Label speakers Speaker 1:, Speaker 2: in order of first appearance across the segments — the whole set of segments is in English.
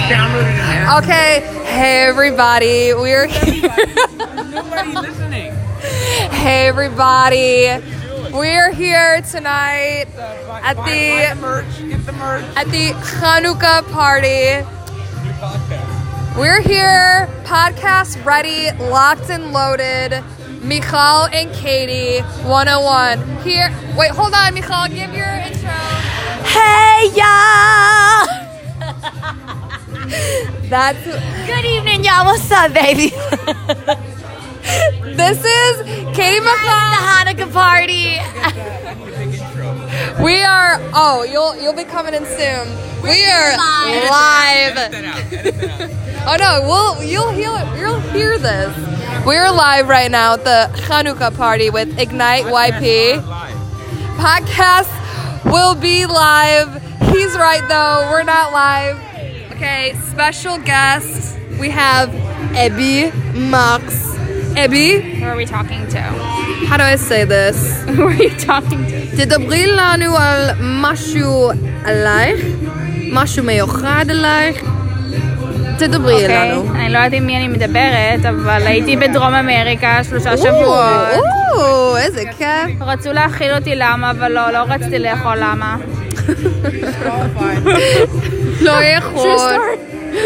Speaker 1: downloaded an app.
Speaker 2: Okay, hey everybody, we are here.
Speaker 1: Nobody listening.
Speaker 2: hey everybody, we are here tonight
Speaker 1: At
Speaker 2: the-
Speaker 1: merch, get the merch.
Speaker 2: at the Hanukkah party.
Speaker 1: New podcast.
Speaker 2: We're here, podcast ready, locked and loaded. Michal and Katie 101 here. Wait, hold on, Michal, give your intro. Hey y'all! That's
Speaker 3: Good evening, y'all. What's up, baby?
Speaker 2: this is Katie Michal.
Speaker 3: the Hanukkah party.
Speaker 2: We are. Oh, you'll you'll be coming in soon. We are
Speaker 3: live.
Speaker 2: live.
Speaker 1: That out. Edit that out.
Speaker 2: Oh no, we'll you'll hear it. You'll hear this. We're live right now at the Hanukkah party with Ignite YP
Speaker 1: Live.
Speaker 2: podcast. Will be live. He's right though. We're not live. Okay, special guest. We have Ebby Mox. Ebby,
Speaker 3: Who are we talking to?
Speaker 2: how do I say this?
Speaker 3: Who are you talking to?
Speaker 2: תדברי לנו על משהו עלייך, משהו מיוחד עלייך. תדברי לנו.
Speaker 3: אני לא יודעת עם מי אני מדברת, אבל הייתי בדרום אמריקה שלושה
Speaker 2: או,
Speaker 3: שבועות.
Speaker 2: או, איזה כיף.
Speaker 3: רצו להאכיל אותי למה, אבל לא, לא רציתי לאכול למה.
Speaker 2: לא יכול.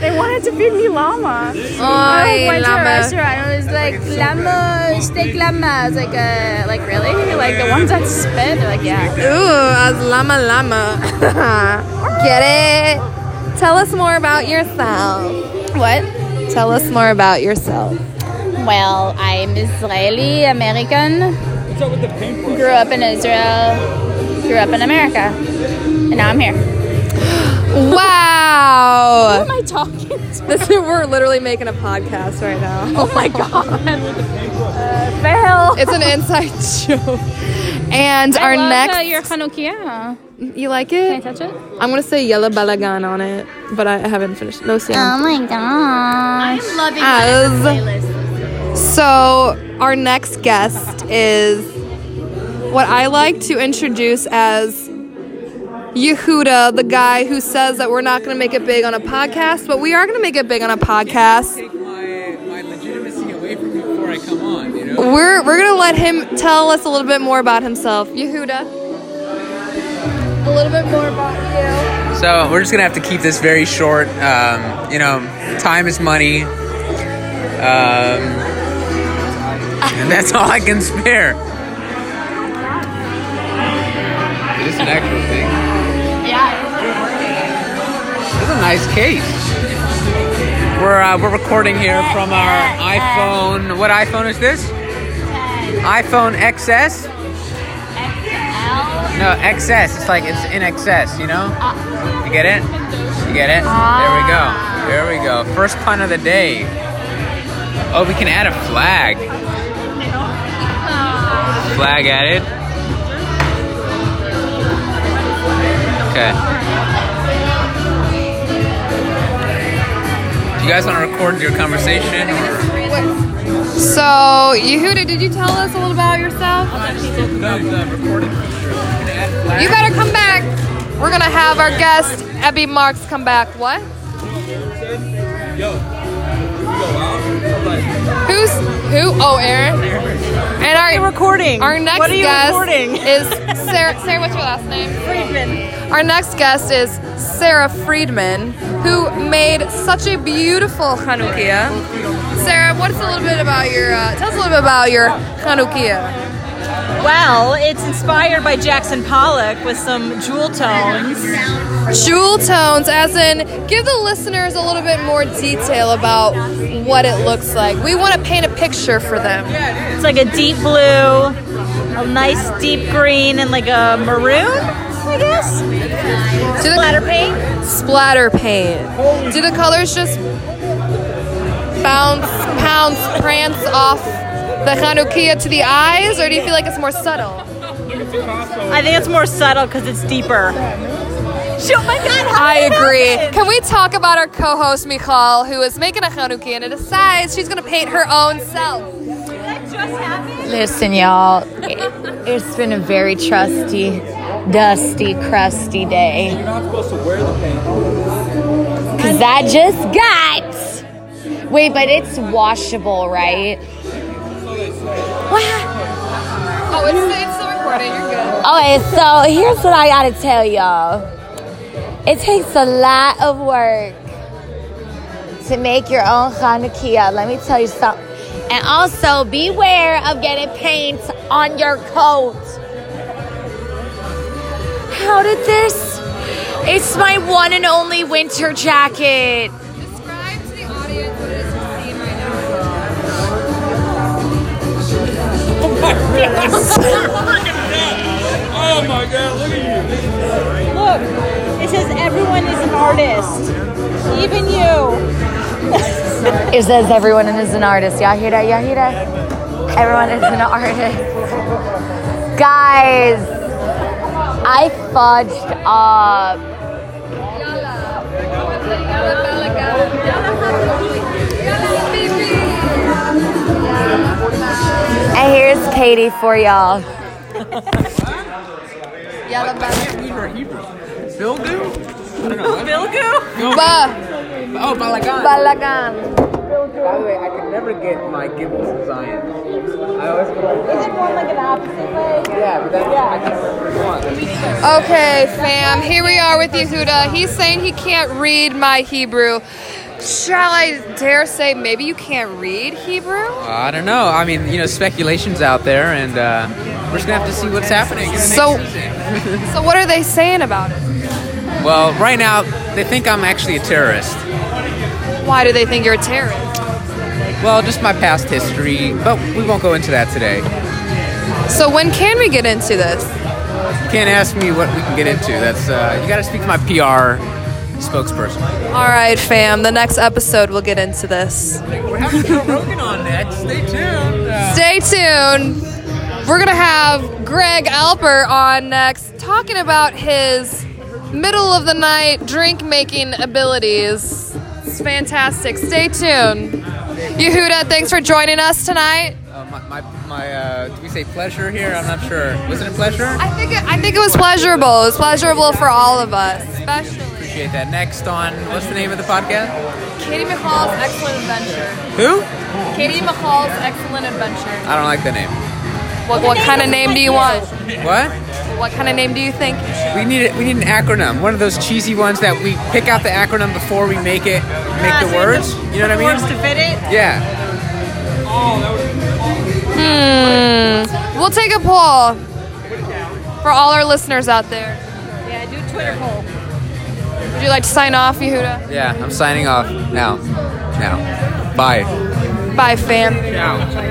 Speaker 3: They wanted to feed me llama. Oh,
Speaker 2: אוי, למה?
Speaker 3: restaurant and it was like llama, steak llama. I was like, uh, like really? Like the ones that spit? They're like, yeah.
Speaker 2: או, אז למה למה? Get it? Tell us more about yourself.
Speaker 3: What?
Speaker 2: Tell us more about yourself.
Speaker 3: Well, I'm Israeli American.
Speaker 1: What's up with the paintbrush?
Speaker 3: Grew up in Israel, grew up in America, and now I'm here. Who
Speaker 2: Wow!
Speaker 3: I talking to?
Speaker 2: This we're literally making a podcast right now.
Speaker 3: Oh my god. Uh, Phil.
Speaker 2: It's an inside joke. And our
Speaker 3: I love,
Speaker 2: next,
Speaker 3: Uh, your Hanukkah.
Speaker 2: you like
Speaker 3: Can I
Speaker 2: it?
Speaker 3: touch it?
Speaker 2: I'm gonna say yellow balagan on it, but I haven't finished. No, see.
Speaker 3: Oh my gosh. I'm loving
Speaker 2: As so, our next guest is what I like to introduce as Yehuda, the guy who says that we're not gonna make it big on a podcast, but we are gonna make it big on a podcast.
Speaker 1: Take my, my legitimacy away from me before I come on, you know?
Speaker 2: We're we're gonna let him tell us a little bit more about himself. Yehuda. A little bit more about you.
Speaker 4: So we're just gonna have to keep this very short. Um, you know, time is money. Um, and that's all I can spare. This is an actual thing. Yeah. This is a nice case. We're uh, we're recording here from our iPhone. What iPhone is this? iPhone XS? No, XS. It's like it's in excess. You know. You get it? You get it? There we go. There we go. First pun of the day. Oh, we can add a flag. Flag added. Okay. Do you guys want to record your conversation? Or?
Speaker 2: So, Yehuda, did you tell us a little about yourself? You better come back. We're gonna have our guest Abby Marks come back. What? Who's who? Oh, Aaron. And our recording. Our next
Speaker 5: What are you
Speaker 2: guest
Speaker 5: recording?
Speaker 2: is Sarah. Sarah, what's your last name? Friedman. Our next guest is Sarah Friedman, who made such a beautiful Hanukkah. Sarah, what's a little bit about your? Uh, tell us a little bit about your Hanukkah.
Speaker 5: Well, it's inspired by Jackson Pollock with some jewel tones.
Speaker 2: Jewel tones, as in, give the listeners a little bit more detail about what it looks like. We want to paint a picture for them.
Speaker 5: It's like a deep blue, a nice deep green, and like a maroon, I guess.
Speaker 2: Do
Speaker 5: Splatter
Speaker 2: the
Speaker 5: paint.
Speaker 2: splatter paint. Do the colors just bounce, pounce, prance off the Hanukkah to the eyes, or do you feel like it's more subtle?
Speaker 5: I think it's more subtle because it's deeper. Oh my God! How
Speaker 2: I
Speaker 5: did that
Speaker 2: agree.
Speaker 5: happen?
Speaker 2: Can we talk about our co-host Michal, who is making a Hanukkah and decides she's going to paint her own self?
Speaker 5: That just happened.
Speaker 6: Listen, y'all, it, it's been a very trusty, dusty, crusty day.
Speaker 1: You're not supposed to wear the paint.
Speaker 6: Because I just got. Wait, but it's washable, right? Wow.
Speaker 2: Oh, it's, it's still recording. You're good.
Speaker 6: Okay, so here's what I gotta tell y'all. It takes a lot of work to make your own Hanukkah. Let me tell you something. And also, beware of getting paint on your coat. How did this? It's my one and only winter jacket.
Speaker 2: Describe to the audience what it is you're seeing right now.
Speaker 1: Oh my god, look at you.
Speaker 5: Look, it says everyone is an artist, even you.
Speaker 6: It says everyone is an artist. Y'all hear that? Y'all hear that? Everyone is an artist. Guys, I fudged up. And here's Katie for y'all.
Speaker 1: We were Hebrew. Bildu? I don't know. what-
Speaker 5: Bilgu?
Speaker 2: Bah.
Speaker 1: Oh, Balagan.
Speaker 6: Balagan.
Speaker 4: By the way, I can never get my Gibbons and Zions. I always get
Speaker 5: Is it one like an opposite way?
Speaker 4: yeah, but that's I can never one.
Speaker 2: Okay, fam. Here we are with Yehuda. He's saying he can't read my Hebrew. Shall I dare say maybe you can't read Hebrew?
Speaker 4: I don't know. I mean, you know, speculation's out there, and uh, we're just gonna have to see what's happening. in the next
Speaker 2: So-
Speaker 4: season.
Speaker 2: So what are they saying about it?
Speaker 4: well, right now they think I'm actually a terrorist.
Speaker 2: Why do they think you're a terrorist?
Speaker 4: Well, just my past history, but we won't go into that today.
Speaker 2: So when can we get into this?
Speaker 4: Can't ask me what we can get into. That's uh, you got to speak to my PR spokesperson.
Speaker 2: All right, fam. The next episode we'll get into this.
Speaker 4: We're having Joe Rogan on next. Stay tuned.
Speaker 2: Stay tuned. We're gonna have Greg Alper on next, talking about his middle of the night drink making abilities. It's fantastic. Stay tuned. Yehuda, thanks for joining us tonight.
Speaker 4: Uh, my, my, my uh, do we say pleasure here? I'm not sure. Was it a pleasure?
Speaker 2: I think it, I think it was pleasurable. It was pleasurable for all of us, especially
Speaker 4: Appreciate that. Next on, what's the name of the podcast?
Speaker 2: Katie McCall's excellent adventure.
Speaker 4: Who?
Speaker 2: Katie McCall's excellent adventure.
Speaker 4: I don't like the name.
Speaker 2: What, what kind of name do you want?
Speaker 4: What?
Speaker 2: What kind of name do you think?
Speaker 4: We need a, we need an acronym. One of those cheesy ones that we pick out the acronym before we make it make
Speaker 5: Ah, so
Speaker 4: the words. You know what I mean?
Speaker 5: Words to fit it?
Speaker 4: Yeah.
Speaker 2: Mm. We'll take a poll for all our listeners out there.
Speaker 5: Yeah, do a Twitter poll.
Speaker 2: Would you like to sign off, Yehuda?
Speaker 4: Yeah. I'm signing off now. Now. Bye.
Speaker 2: Bye, fam.
Speaker 4: Ciao.